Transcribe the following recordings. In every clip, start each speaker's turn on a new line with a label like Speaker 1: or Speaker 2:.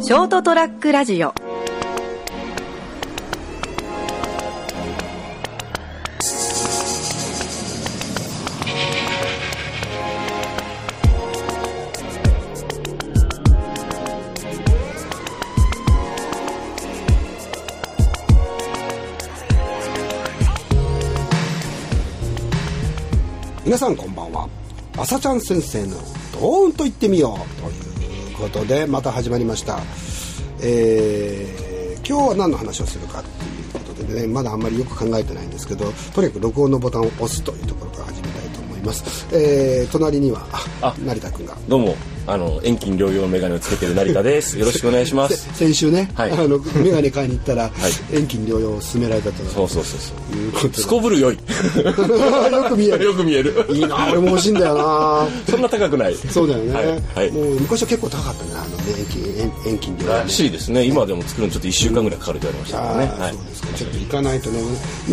Speaker 1: ショートトラックラジオ
Speaker 2: 皆さんこんばんは朝ちゃん先生の「ドーンと言ってみよう」ということでまた始まりましたえー今日は何の話をするかっていうことでねまだあんまりよく考えてないんですけどとにかく録音のボタンを押すというところから始めたいと思いますえー隣にはあ
Speaker 3: あ
Speaker 2: 成田君が
Speaker 3: どうも、あの遠近両用メガネをつけてる成田 です。よろしくお願いしま
Speaker 2: せ
Speaker 3: す。
Speaker 2: 先週ね、
Speaker 3: はい
Speaker 2: あの眼鏡買いに行ったら、
Speaker 3: い
Speaker 2: 遠近療養を勧められたと
Speaker 3: そうそうそうそう。
Speaker 2: いうことです
Speaker 3: こぶる良い。
Speaker 2: よく見え
Speaker 3: よ
Speaker 2: る
Speaker 3: く見える。
Speaker 2: いいな俺も欲しいんだよな
Speaker 3: そんな高くない。
Speaker 2: そうだよね、
Speaker 3: はい。
Speaker 2: も
Speaker 3: は
Speaker 2: う昔は結構高かったねあのね遠近遠遠近療養
Speaker 3: い。
Speaker 2: ね
Speaker 3: らしいですね。今でも作るのちょっと一週間ぐらいかかるって言われましたからね。
Speaker 2: ああ、
Speaker 3: はい
Speaker 2: そう。ですかちょっと行かないとね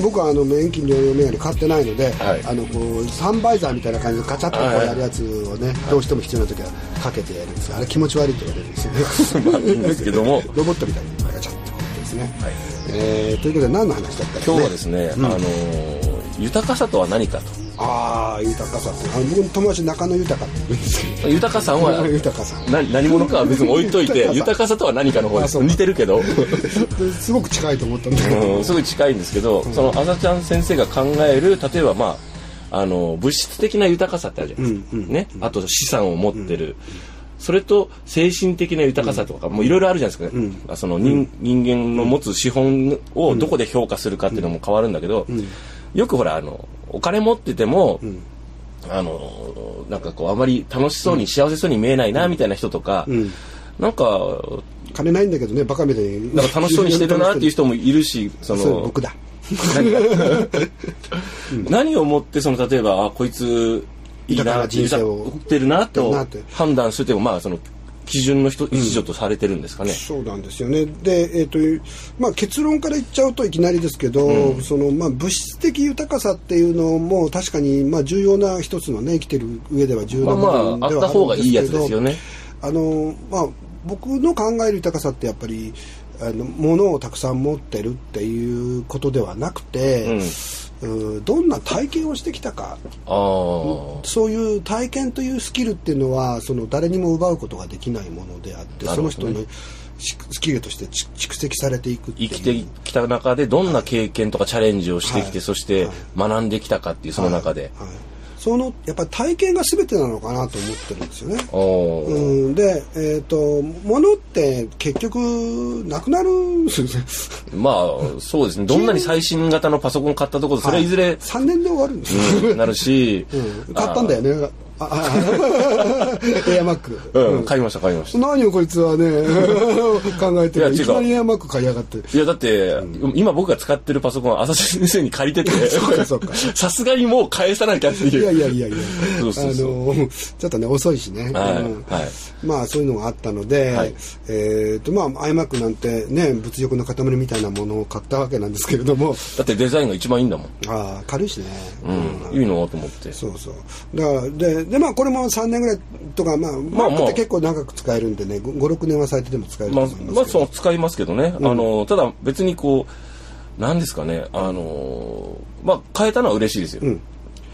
Speaker 2: 僕はあの遠近療養眼鏡買ってないので、
Speaker 3: はい
Speaker 2: あのこうサンバイザーみたいな感じでカチャッとこうやるやつをね、どうしても必要な時はかけてやるんですがあれ気持ち悪いって言われるんですよね
Speaker 3: まあいいんですけども
Speaker 2: ロボットみたいにガチャッとこうやってですね、えーということで何の話だったっけ、
Speaker 3: 今日はですね、あのー豊かさとは何か
Speaker 2: ああ豊かさってあの僕の友達中野豊 って言うんですけど
Speaker 3: と。豊かさんは
Speaker 2: 中野。 豊さん
Speaker 3: な何者かは別に置いといて
Speaker 2: 豊かさ
Speaker 3: 豊かさとは何かの方
Speaker 2: あ
Speaker 3: で
Speaker 2: そう
Speaker 3: 似てるけど、
Speaker 2: ですごく近いと思ったんだけど、
Speaker 3: うん、すごい近いんですけど、そのあざちゃん先生が考える例えばまああの物質的な豊かさってあるじゃないですか、ね、あと資産を持ってる、それと精神的な豊かさとか、もういろいろあるじゃないですか、あその人人間の持つ資本をどこで評価するかっていうのも変わるんだけど、よくほらあのお金持ってても、あのなんかこうあまり楽しそうに幸せそうに見えないなみたいな人とか、なんか
Speaker 2: 金ないんだけどねバカみたいに
Speaker 3: なんか楽しそうにしてるなっていう人もいるしその
Speaker 2: そう僕だ
Speaker 3: 何が 何をもってその例えばあこいついい
Speaker 2: 豊か
Speaker 3: な
Speaker 2: な人生を
Speaker 3: 送ってるなと
Speaker 2: なって
Speaker 3: 判断するというかまあその基準の一一助とされてるんですかね、
Speaker 2: そうなんですよねで、えーとまあ、結論から言っちゃうといきなりですけど、そのまあ、物質的豊かさっていうのも確かにまあ重要な一つのね生きてる上では重要な部
Speaker 3: まあ
Speaker 2: 分
Speaker 3: まあ
Speaker 2: で
Speaker 3: あっ
Speaker 2: は
Speaker 3: た方
Speaker 2: あ
Speaker 3: が
Speaker 2: る
Speaker 3: い
Speaker 2: ん
Speaker 3: い
Speaker 2: で
Speaker 3: や
Speaker 2: す
Speaker 3: つ
Speaker 2: け
Speaker 3: で
Speaker 2: ど
Speaker 3: すよね
Speaker 2: あの、まあ、僕の考える豊かさってやっぱりあの物をたくさん持ってるっていうことではなくて、うんどんな体験をしてきたか
Speaker 3: ああ
Speaker 2: そういう体験というスキルっていうのはその誰にも奪うことができないものであって、
Speaker 3: な
Speaker 2: そ
Speaker 3: る
Speaker 2: の
Speaker 3: ほどね
Speaker 2: 人のしスキルとしてち蓄積されていくっていう
Speaker 3: 生きてきた中でどんな経験とかチャレンジをしてきて、
Speaker 2: はい
Speaker 3: そして学んできたかっていうその中で、
Speaker 2: はいはいそのやっぱり体験が全てなのかなと思ってるんですよね。
Speaker 3: おー
Speaker 2: うん、で、えっと物って結局なくなるんですよね。
Speaker 3: まあそうですねどんなに最新型のパソコン買ったところでそれはいずれ、
Speaker 2: 3年で終わるんですよ。
Speaker 3: うんなるし、
Speaker 2: うん買ったんだよね。あああエアマック。
Speaker 3: あーうん買いました買いました
Speaker 2: 何をこいつはね考えてる
Speaker 3: いや違う
Speaker 2: いきなりエアマック買いやがって。
Speaker 3: いや、だって、今僕が使ってるパソコンは浅瀬先生に借りてて、
Speaker 2: そうかそうか
Speaker 3: さすがにもう返さなきゃっていう。
Speaker 2: いやいやいやいや
Speaker 3: そうそうそう
Speaker 2: あのちょっとね遅いしね、
Speaker 3: はい
Speaker 2: うん
Speaker 3: はい
Speaker 2: まあそういうのがあったので、
Speaker 3: はい
Speaker 2: えっ、とまあ iMac なんてね物欲の塊みたいなものを買ったわけなんですけれども
Speaker 3: だってデザインが一番いいんだもん。
Speaker 2: あー軽いしね、
Speaker 3: うん。いいのと思って。
Speaker 2: そうそうだからででまあこれも3年ぐらいとかまあ
Speaker 3: まあ
Speaker 2: Mac って結構長く使えるんでね56年は最低でも使えると
Speaker 3: まあ
Speaker 2: 思い、
Speaker 3: ま
Speaker 2: ます
Speaker 3: あ、
Speaker 2: け
Speaker 3: そ
Speaker 2: ど、
Speaker 3: う、使いますけどね。あの、ただ別にこう、なんですかね、あの、まあ、変えたのは嬉しいですよ。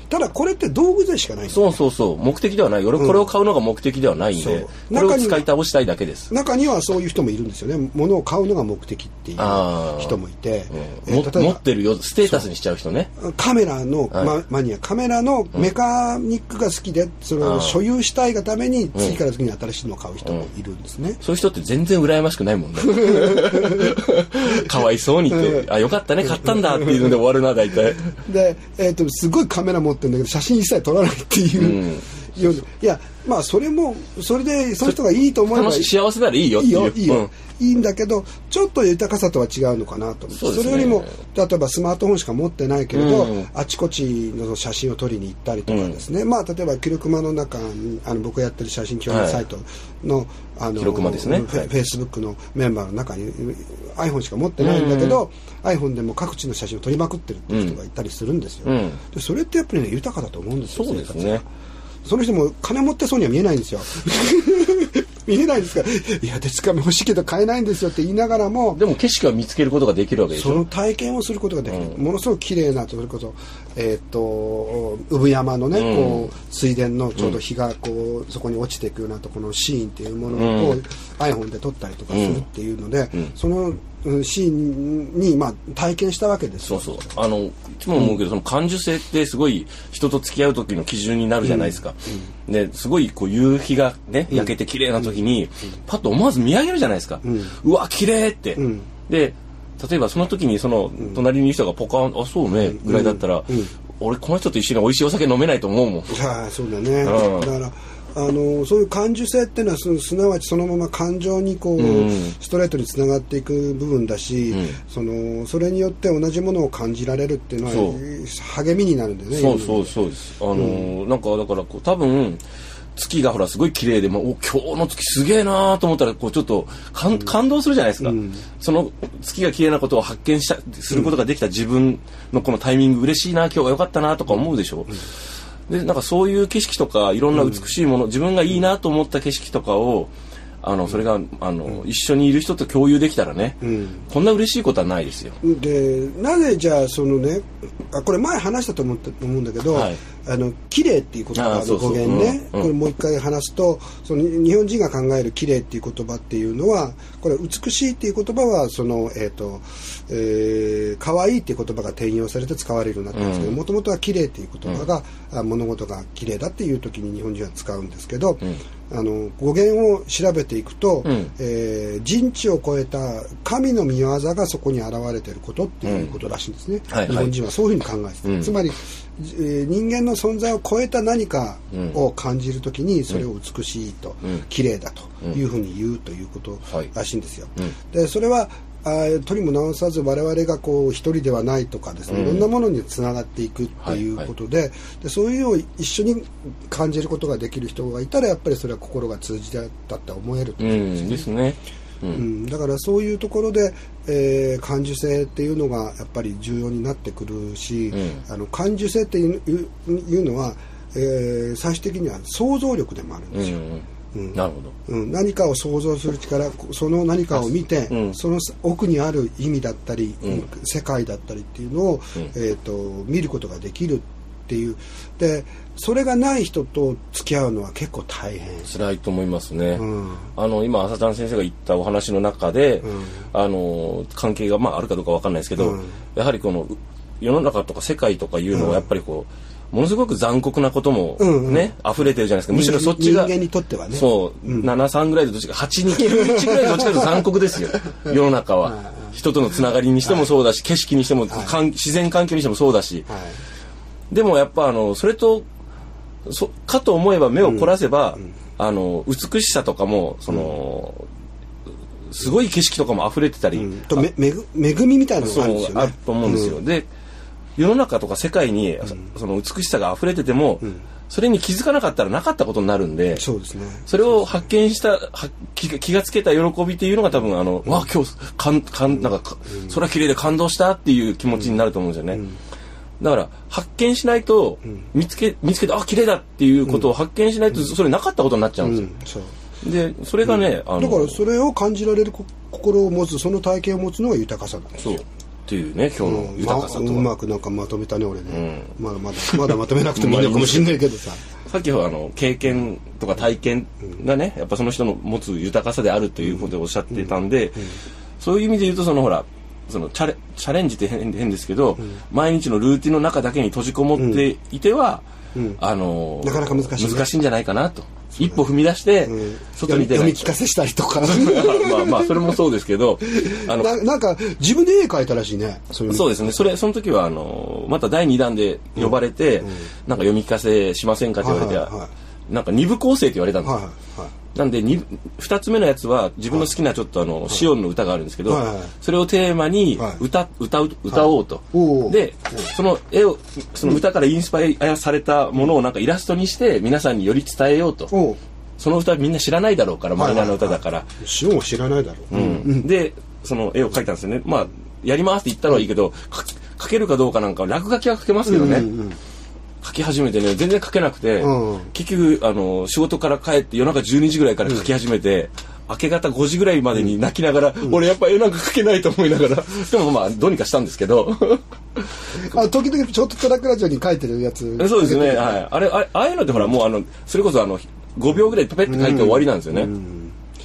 Speaker 2: ただこれって道具でしかないんです
Speaker 3: そうそうそう、目的ではない。俺、これを買うのが目的ではないんで、
Speaker 2: そう
Speaker 3: これを使い倒したいだけです。
Speaker 2: 中にはそういう人もいるんですよね物を買うのが目的っていう
Speaker 3: あー
Speaker 2: 人もいて、
Speaker 3: う
Speaker 2: え
Speaker 3: んも
Speaker 2: ー例え
Speaker 3: 持
Speaker 2: ば
Speaker 3: ってるよ、ステータスにしちゃう人ね。
Speaker 2: カメラの、
Speaker 3: はい
Speaker 2: まマニアカメラのメカニックが好きでそれを所有したいがために次から次に新しいのを買う人もいるんですね、
Speaker 3: そういう人って全然羨ましくないも んね。かわいそうにって、あ、よかったね、買ったんだっていうので終わるな、大 体。
Speaker 2: で、えー、とすごいカメラ持ってるんだけど写真一切撮らないっていう、ようないやまあそれもそれでその人がいいと思えば
Speaker 3: 楽しい、幸せならいいよっ
Speaker 2: いい
Speaker 3: ていう。
Speaker 2: よいいよ、
Speaker 3: うん
Speaker 2: いいんだけどちょっと豊かさとは違うのかなと思って
Speaker 3: そうですね
Speaker 2: れよりも例えばスマートフォンしか持ってないけれど、
Speaker 3: うん
Speaker 2: あちこちの写真を撮りに行ったりとかですね、まあ例えば記録間の中にあの僕やってる写真共有サイトの、あの
Speaker 3: 記録間ですね
Speaker 2: フェ
Speaker 3: はい
Speaker 2: フェイスブックのメンバーの中に iPhone しか持ってないんだけど、iPhone でも各地の写真を撮りまくってるっていう人がいたりするんですよ、
Speaker 3: うん
Speaker 2: でそれってやっぱりね豊かだと思うんですよ
Speaker 3: そうです
Speaker 2: 生活
Speaker 3: ね
Speaker 2: が。その人も金持ってそうには見えないんですよ 見えないですから「いやでつかみ欲しいけど買えないんですよ」って言いながらも
Speaker 3: でも景色は見つけることができるわけでし
Speaker 2: そ
Speaker 3: ょ
Speaker 2: の体験をすることができる、ものすごく綺麗なそれこそ、えー、と産山のね、こう水田のちょうど日がこう、そこに落ちていくようなところのシーンっていうものを、
Speaker 3: うん
Speaker 2: iPhone で撮ったりとかするっていうので、
Speaker 3: ん
Speaker 2: そのうんシーンに、まあ、体験したわけです
Speaker 3: そ
Speaker 2: よ
Speaker 3: うそうあのいつも思うけど、その感受性ってすごい人と付き合う時の基準になるじゃないですか、ですごいこう夕日がね焼けて綺麗な時に、パッと思わず見上げるじゃないですか、うわ綺麗って、
Speaker 2: ん
Speaker 3: で例えばその時にその隣にいる人がポカン「あそうね」ぐらいだったら、俺この人と一緒に美味しいお酒飲めないと思うもん
Speaker 2: はい、そうだね、
Speaker 3: うん
Speaker 2: だからあのそういう感受性っていうのはそのすなわちそのまま感情にこう、
Speaker 3: うん
Speaker 2: ストレートにつながっていく部分だし、
Speaker 3: ん
Speaker 2: そのそれによって同じものを感じられるっていうの
Speaker 3: そ
Speaker 2: は励みになるんだよね
Speaker 3: そうそうそうです。あのーなんかだからこう多分月がほらすごい綺麗でもうお今日の月すげえなーと思ったらこうちょっと感,、感動するじゃないですか、その月が綺麗なことを発見したすることができた自分のこのタイミング嬉しいな今日は良かったなとか思うでしょ、でなんかそういう景色とかいろんな美しいもの、自分がいいなと思った景色とかをあのそれがあの、一緒にいる人と共有できたらね、こんな嬉しいことはないですよ。
Speaker 2: でなぜじゃあそのねあこれ前話したと思って思うんだけど、
Speaker 3: はい
Speaker 2: あの綺麗っていう言葉
Speaker 3: あーそ
Speaker 2: の
Speaker 3: うそ
Speaker 2: 語
Speaker 3: う
Speaker 2: 源ね
Speaker 3: うんうん
Speaker 2: これもう一回話すとその日本人が考える綺麗っていう言葉っていうのはこれ美しいっていう言葉はそのえっ、と、えー、可愛いっていう言葉が転用されて使われるようになったんですけどもともとは綺麗っていう言葉が、あ物事が綺麗だっていう時に日本人は使うんですけど、あの語源を調べていくと、
Speaker 3: うん
Speaker 2: えー人知を超えた神の御業がそこに現れていることっていうことらしいんですね、
Speaker 3: はいはい
Speaker 2: 日本人はそういうふうに考えてた、
Speaker 3: うん
Speaker 2: つまり、えー人間の存在を超えた何かを感じるときにそれを美しいと、
Speaker 3: うん
Speaker 2: 綺麗だというふうに言うということらしいんですよ、
Speaker 3: はい
Speaker 2: でそれはあーとにも直さず我々がこう一人ではないとかですね、
Speaker 3: うん
Speaker 2: いろんなものにつながっていくっていうことで,、でそういうのを一緒に感じることができる人がいたらやっぱりそれは心が通じたって思えると
Speaker 3: うんですね。うん
Speaker 2: うん、だからそういうところで、えー感受性っていうのがやっぱり重要になってくるし、
Speaker 3: う
Speaker 2: あの感受性っていういういうのは、えー最終的には想像力でもあるん
Speaker 3: う
Speaker 2: ですよ、
Speaker 3: ん
Speaker 2: うん
Speaker 3: なるほど。
Speaker 2: うん何かを想像する力こその何かを見て、
Speaker 3: うん
Speaker 2: その奥にある意味だったり、
Speaker 3: うん
Speaker 2: 世界だったりっていうのを、
Speaker 3: うん
Speaker 2: えー、と見ることができるっていうでそれがない人と付き合うのは結構大変、
Speaker 3: 辛いと思いますね。
Speaker 2: うん
Speaker 3: あの今朝ちゃん先生が言ったお話の中で、
Speaker 2: うん
Speaker 3: あの関係がまああるかどうかわかんないですけど、
Speaker 2: うん
Speaker 3: やはりこのう世の中とか世界とかいうのはやっぱりこうものすごく残酷なこともね、
Speaker 2: うんうん
Speaker 3: 溢れてるじゃないですか。むしろそっちが
Speaker 2: 人間にとってはね
Speaker 3: そう、73ぐらいでどっちか821ぐらいでどっちか というと残酷ですよ世の中は、人とのつながりにしてもそうだし、景色にしても、かん自然環境にしてもそうだし、
Speaker 2: はい
Speaker 3: でもやっぱあのそれとそかと思えば目を凝らせば、あの美しさとかもその、すごい景色とかも溢れてたり、
Speaker 2: うんとめめぐ恵みみたいなの
Speaker 3: そ
Speaker 2: が
Speaker 3: う
Speaker 2: あるんですよね
Speaker 3: あると思うんですよ、で世の中とか世界に、その美しさが溢れてても、それに気づかなかったらなかったことになるんで。
Speaker 2: そうですね
Speaker 3: それを発見したは気が気がつけた喜びっていうのが多分あの、わあ今日かんかんなんかか、空綺麗で感動したっていう気持ちになると思うんですよね、だから発見しないと、見つけ見つけてあ綺麗だっていうことを発見しないと、それなかったことになっちゃ
Speaker 2: う
Speaker 3: う
Speaker 2: ん
Speaker 3: ですよ、
Speaker 2: んそう
Speaker 3: でそれがね、あ
Speaker 2: だから
Speaker 3: の
Speaker 2: それを感じられるこ心を持つその体験を持つのが豊かさなんです
Speaker 3: そう
Speaker 2: よ
Speaker 3: っていうね今日の
Speaker 2: うん
Speaker 3: 豊かさと
Speaker 2: まう
Speaker 3: は、
Speaker 2: まくなんかまとめたね俺ね、まだまだまだまとめなくて もいいのかもしれないけどさ
Speaker 3: さっきほらあの経験とか体験がねやっぱその人の持つ豊かさであるということをおっしゃってたんで、そういう意味で言うとそのほらそのチャレチャレンジって変変ですけど、毎日のルーティンの中だけに閉じこもっていては、あの
Speaker 2: なかなか難しいね
Speaker 3: んじゃないかなと、一歩踏み出して、
Speaker 2: うん
Speaker 3: 外に出
Speaker 2: 読
Speaker 3: な
Speaker 2: み
Speaker 3: い
Speaker 2: 聞かせしたりとか
Speaker 3: まあまあそれもそうです けど あの
Speaker 2: ななんか自分で絵描いたらしいねそういうの
Speaker 3: そうですね。それ、その時は、あの、また第2弾で呼ばれて、なんか読み聞かせしませんかって言われて、
Speaker 2: はいはいは
Speaker 3: なんか2部構成って言われたんですよ。
Speaker 2: はいはい
Speaker 3: なんで 2, 2つ目のやつは自分の好きなちょっとあの、シオンの歌があるんですけど、
Speaker 2: はいはい
Speaker 3: それをテーマに
Speaker 2: はい
Speaker 3: 歌,、歌う歌おうと、
Speaker 2: おー
Speaker 3: でその絵をその歌からインスパイアされたものをなんかイラストにして皆さんにより伝えようと
Speaker 2: おう
Speaker 3: その歌みんな知らないだろうからマイナーな歌だから、
Speaker 2: シオンは知らないだろう、
Speaker 3: うんでその絵を描いたんですよねまあやりますって言ったのはいいけどか描けるかどうかなんか落書きは描けますけどね、書き始めてね全然書けなくて、
Speaker 2: うん
Speaker 3: 結局あの仕事から帰って夜中12時ぐらいから書き始めて、明け方5時ぐらいまでに泣きながら、俺やっぱ夜中書けないと思いながらでもまあどうにかしたんですけど
Speaker 2: あ時々ちょっとトラックラジオに書いてるやつ
Speaker 3: そうですね、はい、あれあれああいうのってほらもうあのそれこそあの5秒ぐらいでペペって書いて終わりなんですよね、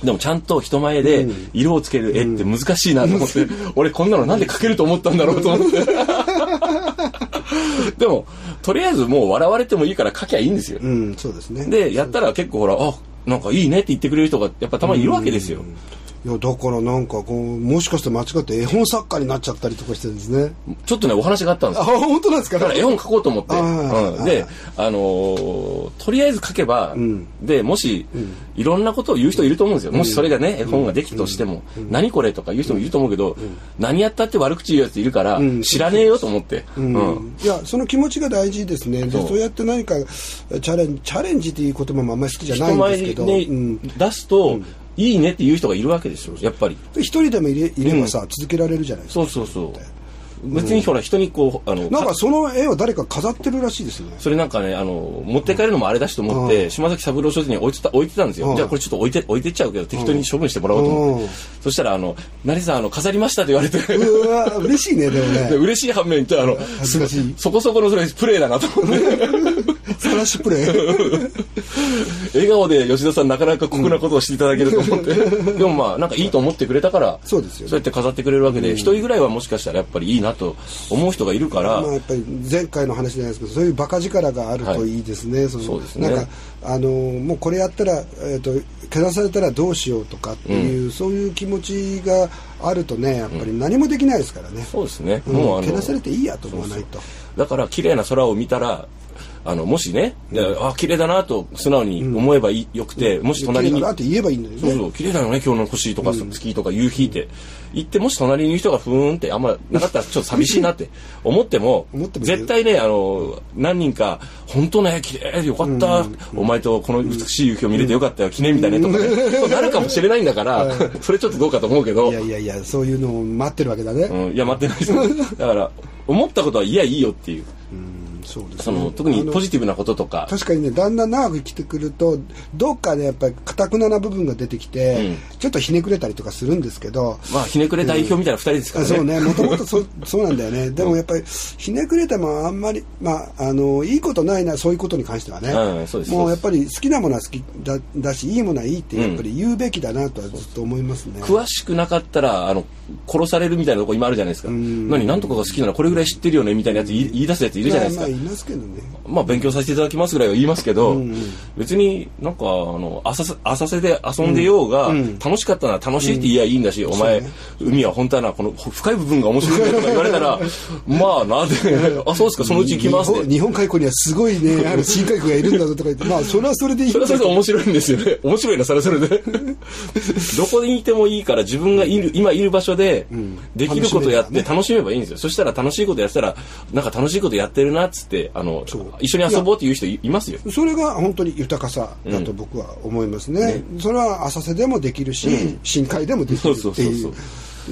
Speaker 3: でもちゃんと人前で色をつける絵って難しいなと 思って、俺こんなのなんで描けると思ったんだろうと思って でもとりあえずもう笑われてもいいから描きゃいいんですよ、
Speaker 2: うんそうですね
Speaker 3: でやったら結構ほらあなんかいいねって言ってくれる人がやっぱたまにいるわけですよ、
Speaker 2: いやだからなんかこうもしかして間違って絵本作家になっちゃったりとかしてるんですね
Speaker 3: ちょっとねお話があったんです
Speaker 2: あ
Speaker 3: よ
Speaker 2: 本当なんですか
Speaker 3: だから絵本書こうと思って、
Speaker 2: あー
Speaker 3: うん、で、あのーとりあえず書けば、でもし、いろんなことを言う人いると思うんですよ、もしそれがね絵本ができたとしても、何これとか言う人もいると思うけど、何やったって悪口言うやついるから、
Speaker 2: ん
Speaker 3: 知らねえよと思って、うん
Speaker 2: いやその気持ちが大事ですねで
Speaker 3: そう
Speaker 2: そうやって何かチャレンジチャレンジっていう言葉もあんまり好きじゃないん
Speaker 3: 人
Speaker 2: で
Speaker 3: 前
Speaker 2: すけど
Speaker 3: に、
Speaker 2: うん
Speaker 3: 出すと、いいねって言う人がいるわけですよやっぱり
Speaker 2: 一人でもいれいればさ、続けられるじゃないですか
Speaker 3: そうそうそう別にほら人にこうあの
Speaker 2: なんかその絵を誰か飾ってるらしいですよね
Speaker 3: それなんかねあの持って帰るのもあれだしと思って、島崎三郎書店に置いてた置いてたんですよ、
Speaker 2: はい
Speaker 3: じゃあこれちょっと置いて置いてっちゃうけど適当に処分してもらおうと思って、
Speaker 2: うん
Speaker 3: そしたらあの「成さんあの飾りました」って言われて
Speaker 2: うわ嬉しいねでも
Speaker 3: で
Speaker 2: ね
Speaker 3: 嬉しい反面言ってあの
Speaker 2: 恥ずかしい
Speaker 3: そこそこのそれプレーだなと 思って
Speaker 2: さらしプレイ
Speaker 3: 笑顔で吉田さんなかなか酷なことをしていただけると思 って、でもまあなんかいいと思ってくれたから
Speaker 2: そうですよね
Speaker 3: そうやって飾ってくれるわけで一、人ぐらいはもしかしたらやっぱりいいなと思う人がいるから、
Speaker 2: まあ、やっぱり前回の話じゃないですけどそういうバカ力があるといいですね、その
Speaker 3: そうですね
Speaker 2: なんかあのもうこれやったら、えー、とけなされたらどうしようとかっていう、そういう気持ちがあるとねやっぱり何もできないですからね、
Speaker 3: そうですね、
Speaker 2: うん
Speaker 3: もうあの
Speaker 2: けなされていいやと思わないと
Speaker 3: だから綺麗な空を見たらあのもしね、であ綺麗だなと素直に思えばいいよくて、もし隣
Speaker 2: 綺麗
Speaker 3: に
Speaker 2: だなって言えばいいんだよ
Speaker 3: そう
Speaker 2: ね
Speaker 3: そう綺麗だよね今日の星とか月とか夕日って言ってもし隣にいる人がふーんってあんまなかったらちょっと寂しいなって 思っても
Speaker 2: 思ってもいいよ
Speaker 3: 絶対ねあの何人か「本当ね綺麗でよかった、お前とこの美しい夕日を見れてよかったよ記念みたいね」とかね、なるかもしれないんだから、それちょっとどうかと思うけど
Speaker 2: いやいやいやそういうのを待ってるわけだね、
Speaker 3: うん、いや待ってないですだから思ったことはいやいいよっていう
Speaker 2: うんそうですね
Speaker 3: その特にポジティブなこととか
Speaker 2: 確かにねだんだん長く生きてくるとどっかでやっぱりかたくなな部分が出てきて、ちょっとひねくれたりとかするんですけど、
Speaker 3: まあひねくれ代表みたいな2人ですか
Speaker 2: あ
Speaker 3: らね,、
Speaker 2: そうね、もともとそそうなんだよね、でもやっぱりひねくれてもあんまり、まあ、あのいいことないな、そういうことに関してはね、
Speaker 3: うんそうです
Speaker 2: も
Speaker 3: そう
Speaker 2: う
Speaker 3: で
Speaker 2: や
Speaker 3: す
Speaker 2: っぱり好きなものは好きだだし、いいものはいいって、やっぱり言うべきだなとはずっと思いますね。
Speaker 3: 詳しくなかったらあの殺されるみたいなとこ今あるじゃないですか何何とかが好きならこれぐらい知ってるよねみたいなやつ言い言い出すやついるじゃないです
Speaker 2: まあ、
Speaker 3: か
Speaker 2: まあ、いますけどね、
Speaker 3: まあ勉強させていただきますぐらいは言いますけど、別になんかあの浅瀬浅瀬で遊んでようが、楽しかったなら楽しいって言えばいいんだし、お前、海は本当はなこのほ深い部分が面白いんだよとか言われ たらまあなであそうですかそのうち行きます
Speaker 2: 日
Speaker 3: ね
Speaker 2: 本日本海溝にはすごいね、ある深海溝がいるんだぞとか言って、まあ、それはそれでいい
Speaker 3: それはそれで面白いんですよ ね。面白いな、それはそれで。どこにいてもいいから、自分がいる、今いる場所で、できることやって楽しめばいいんですよ。そしたら楽しいことやってたら、なんか楽しいことやってるな、っつって、あの
Speaker 2: そう、
Speaker 3: 一緒に遊ぼうっていう人いいますよ。
Speaker 2: それが本当に豊かさだと僕は思いますね,、それは浅瀬でもできるし、深海でもできる
Speaker 3: そ
Speaker 2: っ
Speaker 3: うそ
Speaker 2: て
Speaker 3: う
Speaker 2: い
Speaker 3: そう
Speaker 2: う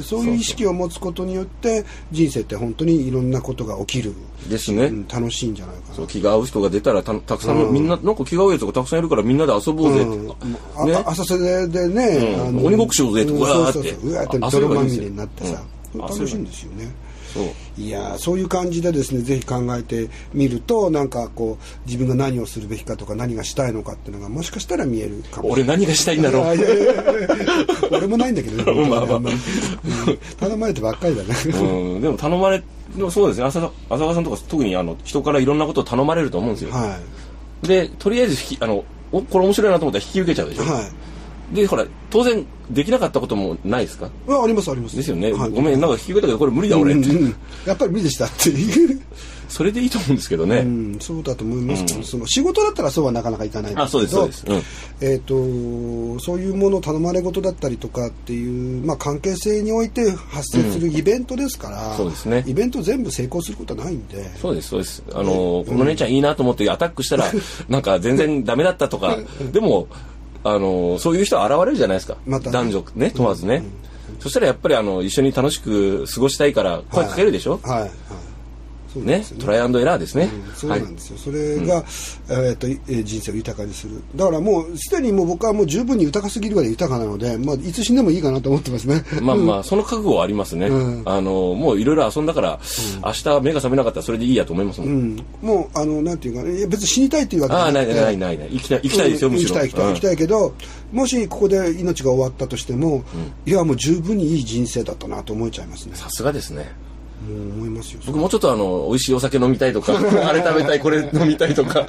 Speaker 2: そういう意識を持つことによって人生って本当にいろんなことが起きる、
Speaker 3: ですね。
Speaker 2: うん楽しいんじゃないかな
Speaker 3: そう気が合う人が出たらたたくさん、みんななんか気が合うやつがたくさんいるからみんなで遊ぼうぜ、とか
Speaker 2: あ、
Speaker 3: ね
Speaker 2: あ浅瀬でね、
Speaker 3: うん
Speaker 2: あ
Speaker 3: 鬼ごっこしようぜとか
Speaker 2: ん
Speaker 3: うわーって
Speaker 2: そうそうそううわーって
Speaker 3: 遊
Speaker 2: 泥
Speaker 3: べばいい
Speaker 2: ま
Speaker 3: んです
Speaker 2: み
Speaker 3: よ
Speaker 2: れになってさ、
Speaker 3: うん
Speaker 2: 楽しいんですよね
Speaker 3: そう
Speaker 2: いやーそういう感じでですねぜひ考えてみるとなんかこう自分が何をするべきかとか何がしたいのかっていうのがもしかしたら見えるかもしれない
Speaker 3: 俺何がしたいんだろう
Speaker 2: あいやいやいやいや俺もないんだけどね
Speaker 3: まあまあ
Speaker 2: んりうん頼まれてばっかりだね
Speaker 3: うん、でも頼まれでもそうですね浅田浅川さんとか特にあの人からいろんなことを頼まれると思うんですよ、
Speaker 2: は
Speaker 3: でとりあえず引きあのおこれ面白いなと思ったら引き受けちゃうでし
Speaker 2: い
Speaker 3: ょ、
Speaker 2: はい
Speaker 3: でほら当然できなかったこともないですか
Speaker 2: うわありますあります
Speaker 3: ですよね、
Speaker 2: はい
Speaker 3: ごめんなんか引き受けたけどこれ無理だ
Speaker 2: うん
Speaker 3: 俺
Speaker 2: う
Speaker 3: っ
Speaker 2: ん
Speaker 3: て、
Speaker 2: うんやっぱり無理でしたっていう、
Speaker 3: それでいいと思うんですけどね、
Speaker 2: うん、そうだと思いますけど、その仕事だったらそうはなかなかいかないん
Speaker 3: あそうですそうです、うん、
Speaker 2: えー、とそういうもの頼まれ事だったりとかっていう、まあ、関係性において発生するイベントですから、
Speaker 3: そうですね
Speaker 2: イベント全部成功することはないんで
Speaker 3: そうですそうですあの、この姉ちゃんいいなと思ってアタックしたらなんか全然ダメだったとかでもあのそういう人は現れるじゃないですか、
Speaker 2: またね
Speaker 3: 男女ね問わずね、そしたらやっぱりあの一緒に楽しく過ごしたいから声かけるでしょ、
Speaker 2: はいはいそうなん
Speaker 3: ね
Speaker 2: ですよね
Speaker 3: トライアンドエラーですね、
Speaker 2: うんそう
Speaker 3: は
Speaker 2: ないんですよ、それが、えーっとえー人生を豊かにするだからもうすでにもう僕はもう十分に豊かすぎるぐらい豊かなので、まあ、いつ死んでもいいかなと思ってますね、
Speaker 3: まあまあその覚悟はありますね、
Speaker 2: うん
Speaker 3: あのもういろいろ遊んだから、明日目が覚めなかったらそれでいいやと思いますもん、
Speaker 2: うん、もうあのなんていうか、ね、いや別に死にたいっていうわけ
Speaker 3: ああない
Speaker 2: く
Speaker 3: ない
Speaker 2: て
Speaker 3: ないない行きたい行きたいですよ、
Speaker 2: うん
Speaker 3: むし
Speaker 2: 行
Speaker 3: ろ
Speaker 2: きたい行きたい
Speaker 3: うん
Speaker 2: 行きたいけど、もしここで命が終わったとしても、いやもう十分にいい人生だったなと思えちゃいますね
Speaker 3: さすがですね
Speaker 2: うん思いますよ
Speaker 3: 僕もうちょっとあの美味しいお酒飲みたいとかあれ食べたいこれ飲みたいとか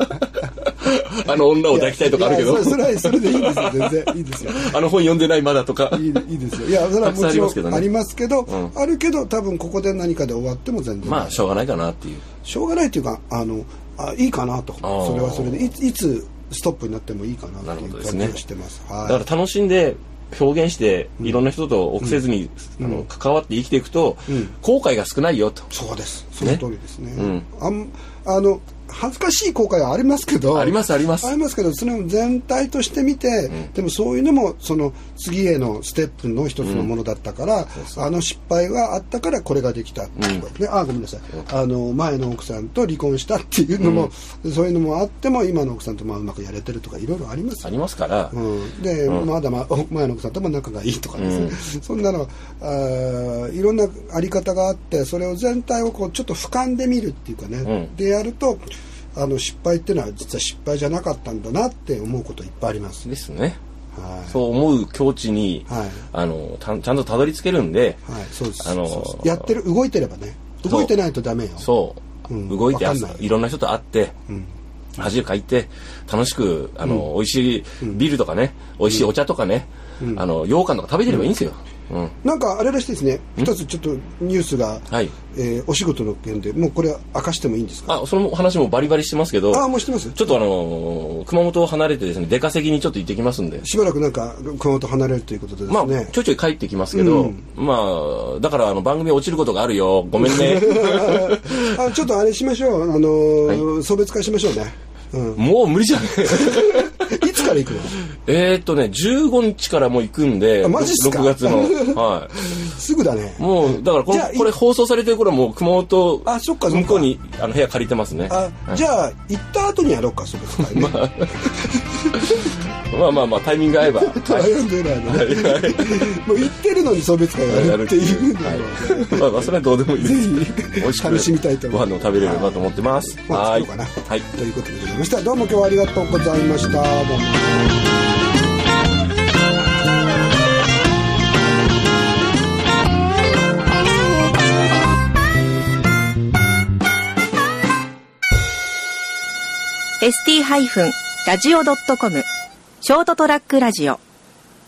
Speaker 3: あの女を抱きたいとかあるけど
Speaker 2: いやそれそれはそれでいいですよ全然いいですよ
Speaker 3: あの本読んでないまだとか
Speaker 2: いいいいですよいやそれはもちろ
Speaker 3: たくさんありますけど
Speaker 2: んあり
Speaker 3: ね
Speaker 2: ますけど
Speaker 3: う
Speaker 2: あるけど多分ここで何かで終わっても全然、
Speaker 3: まあしょうがないかなっていう
Speaker 2: しょうがないというかあのあいいかなと
Speaker 3: ああ
Speaker 2: それはそれでいついつストップになってもいいかなってい
Speaker 3: なるほ
Speaker 2: う
Speaker 3: どです
Speaker 2: 感
Speaker 3: ね
Speaker 2: じがしてますはい
Speaker 3: だから楽しんで表現していろんな人と臆せずに、あの関わって生きていくと、
Speaker 2: ん
Speaker 3: 後悔が少ないよと
Speaker 2: そうですその通りですね
Speaker 3: うん
Speaker 2: あんあの恥ずかしい後悔はありますけど
Speaker 3: ありますあります
Speaker 2: ありますけどそれを全体として見て、でもそういうのもその次へのステップの一つのものだったから、あの失敗があったからこれができた、ね、あごめんなさい、あの前の奥さんと離婚したっていうのも、そういうのもあっても今の奥さんとまあうまくやれてるとかいろいろありますよ
Speaker 3: ありますから、
Speaker 2: うん、で、まだま 前の奥さんとも仲がいいとかですね、そんなのあーいろんなあり方があってそれを全体をこうちょっと俯瞰で見るっていうかね、
Speaker 3: うん
Speaker 2: でやるとあの失敗っていうのは実は失敗じゃなかったんだなって思うこといっぱいありますね。
Speaker 3: ですね
Speaker 2: はい
Speaker 3: そう思う境地に、
Speaker 2: はい
Speaker 3: あのたんちゃんとたどり着けるんで、
Speaker 2: はい、そうです、
Speaker 3: あのー
Speaker 2: そうそうやってる動いてればね
Speaker 3: そう
Speaker 2: 動いてないとダメよ
Speaker 3: そう、
Speaker 2: うん
Speaker 3: 動いて
Speaker 2: わかんない
Speaker 3: いろんな人と会って、恥をかいて楽しくあの、美味しいビールとかね美味しいお茶とかね、あの羊羹とか食べてればいいんですよ、うん
Speaker 2: なんかあれらしいですね一つちょっとニュースが、
Speaker 3: はい
Speaker 2: えーお仕事の件でもうこれ明かしてもいいんですか
Speaker 3: あその話もバリバリしてますけど
Speaker 2: ああもうしてます
Speaker 3: ちょっとあの熊本を離れてですね出稼ぎにちょっと行ってきますんで
Speaker 2: しばらくなんか熊本離れるということでですね、
Speaker 3: まあ、ちょいちょい帰ってきますけど、
Speaker 2: うん
Speaker 3: まあだからあの番組落ちることがあるよごめ んね
Speaker 2: あちょっとあれしましょう、あのー送別会しましょうね、うん、
Speaker 3: もう無理じゃん
Speaker 2: いつから行く の
Speaker 3: えーっとね15日からもう行くんで
Speaker 2: あマジっすか
Speaker 3: 6月のはい
Speaker 2: すぐだね
Speaker 3: もうだからこ
Speaker 2: じゃあ
Speaker 3: のこれ
Speaker 2: い
Speaker 3: 放送されてる頃はもう熊本
Speaker 2: あそっかそっか
Speaker 3: 向こうにあの部屋借りてますね
Speaker 2: あじゃあ行った後にやろうか送別会ね、 まあ、
Speaker 3: まあまあまあタイミング 合えば
Speaker 2: トラ
Speaker 3: は
Speaker 2: イアンドエラーでね、もう行ってるのに送別会
Speaker 3: い
Speaker 2: やるっていうのは、
Speaker 3: はいまあまあそれはどうでもいいです美味しく
Speaker 2: 楽しみたいと思い
Speaker 3: ご
Speaker 2: ます
Speaker 3: 飯でも食べれればと思ってます
Speaker 2: もう
Speaker 3: は
Speaker 2: 作ろ
Speaker 3: いう
Speaker 2: かな
Speaker 3: はい
Speaker 2: ということでございましたどうも今日はありがとうございましたどうも
Speaker 1: ST-radio.com ショートトラックラジオ